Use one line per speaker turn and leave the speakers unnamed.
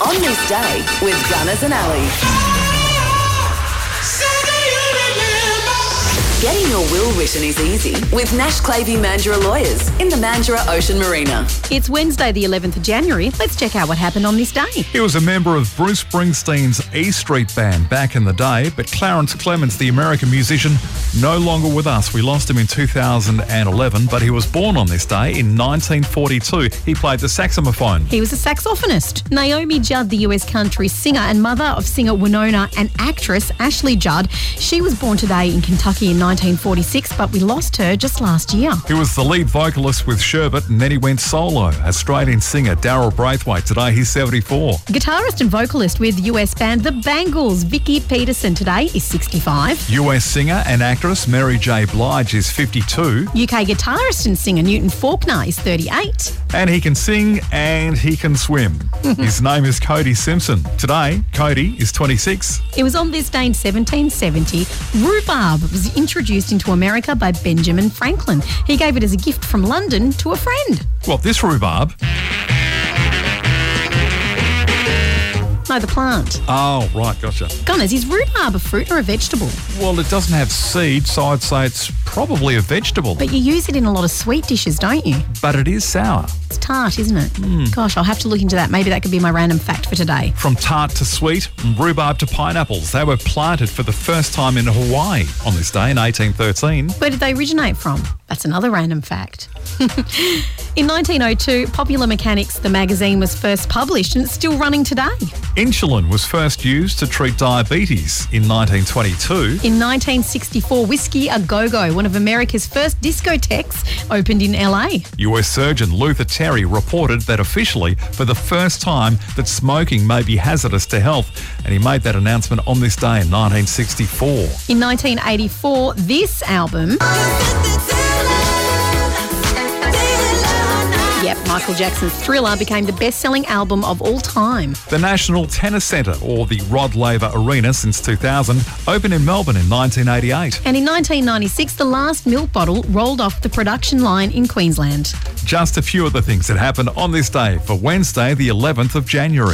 on this day with Gunners and Alley. Getting your will written is easy with Nash Clavey Mandurah Lawyers in the Mandurah Ocean Marina.
It's Wednesday, the 11th of January. Let's check out what happened on this day.
He was a member of Bruce Springsteen's E Street Band back in the day, but Clarence Clemens, the American musician, no longer with us. We lost him in 2011, but he was born on this day in 1942. He played the saxophone.
He was a saxophonist. Naomi Judd, the US country singer and mother of singer Winona and actress Ashley Judd, she was born today in Kentucky in 1946, but we lost her just last year.
He was the lead vocalist with Sherbet, and then he went solo. Australian singer Daryl Braithwaite. Today he's 74.
Guitarist and vocalist with US band The Bangles, Vicky Peterson today is 65.
US singer and actress Mary J. Blige is 52,
UK guitarist and singer Newton Faulkner is 38.
and he can sing and he can swim. His name is Cody Simpson. Today, Cody is 26.
It was on this day in 1770, rhubarb was introduced into America by Benjamin Franklin. He gave it as a gift from London to a friend.
Well, this rhubarb.
No, the plant.
Oh, right, gotcha.
Gunners, is rhubarb a fruit or a vegetable?
Well, it doesn't have seed, so I'd say it's probably a vegetable,
But you use it in a lot of sweet dishes, don't you?
but it is sour.
It's tart, isn't it? Gosh, I'll have to look into that. Maybe that could be my random fact for today.
From tart to sweet, from rhubarb to pineapples, they were planted for the first time in Hawaii on this day in 1813.
Where did they originate from? That's another random fact. in 1902, Popular Mechanics, the magazine, was first published and it's still running today.
Insulin was first used to treat diabetes in 1922.
In 1964, Whiskey A Go Go, one of America's first discotheques, opened in LA.
US surgeon Luther Terry reported that officially for the first time that smoking may be hazardous to health, and he made that announcement on this day in 1964.
In 1984, this album, yep, Michael Jackson's Thriller, became the best selling album of all time.
The National Tennis Centre, or the Rod Laver Arena since 2000, opened in Melbourne in 1988.
And in 1996, the last milk bottle rolled off the production line in Queensland.
Just a few of the things that happened on this day for Wednesday, the 11th of January.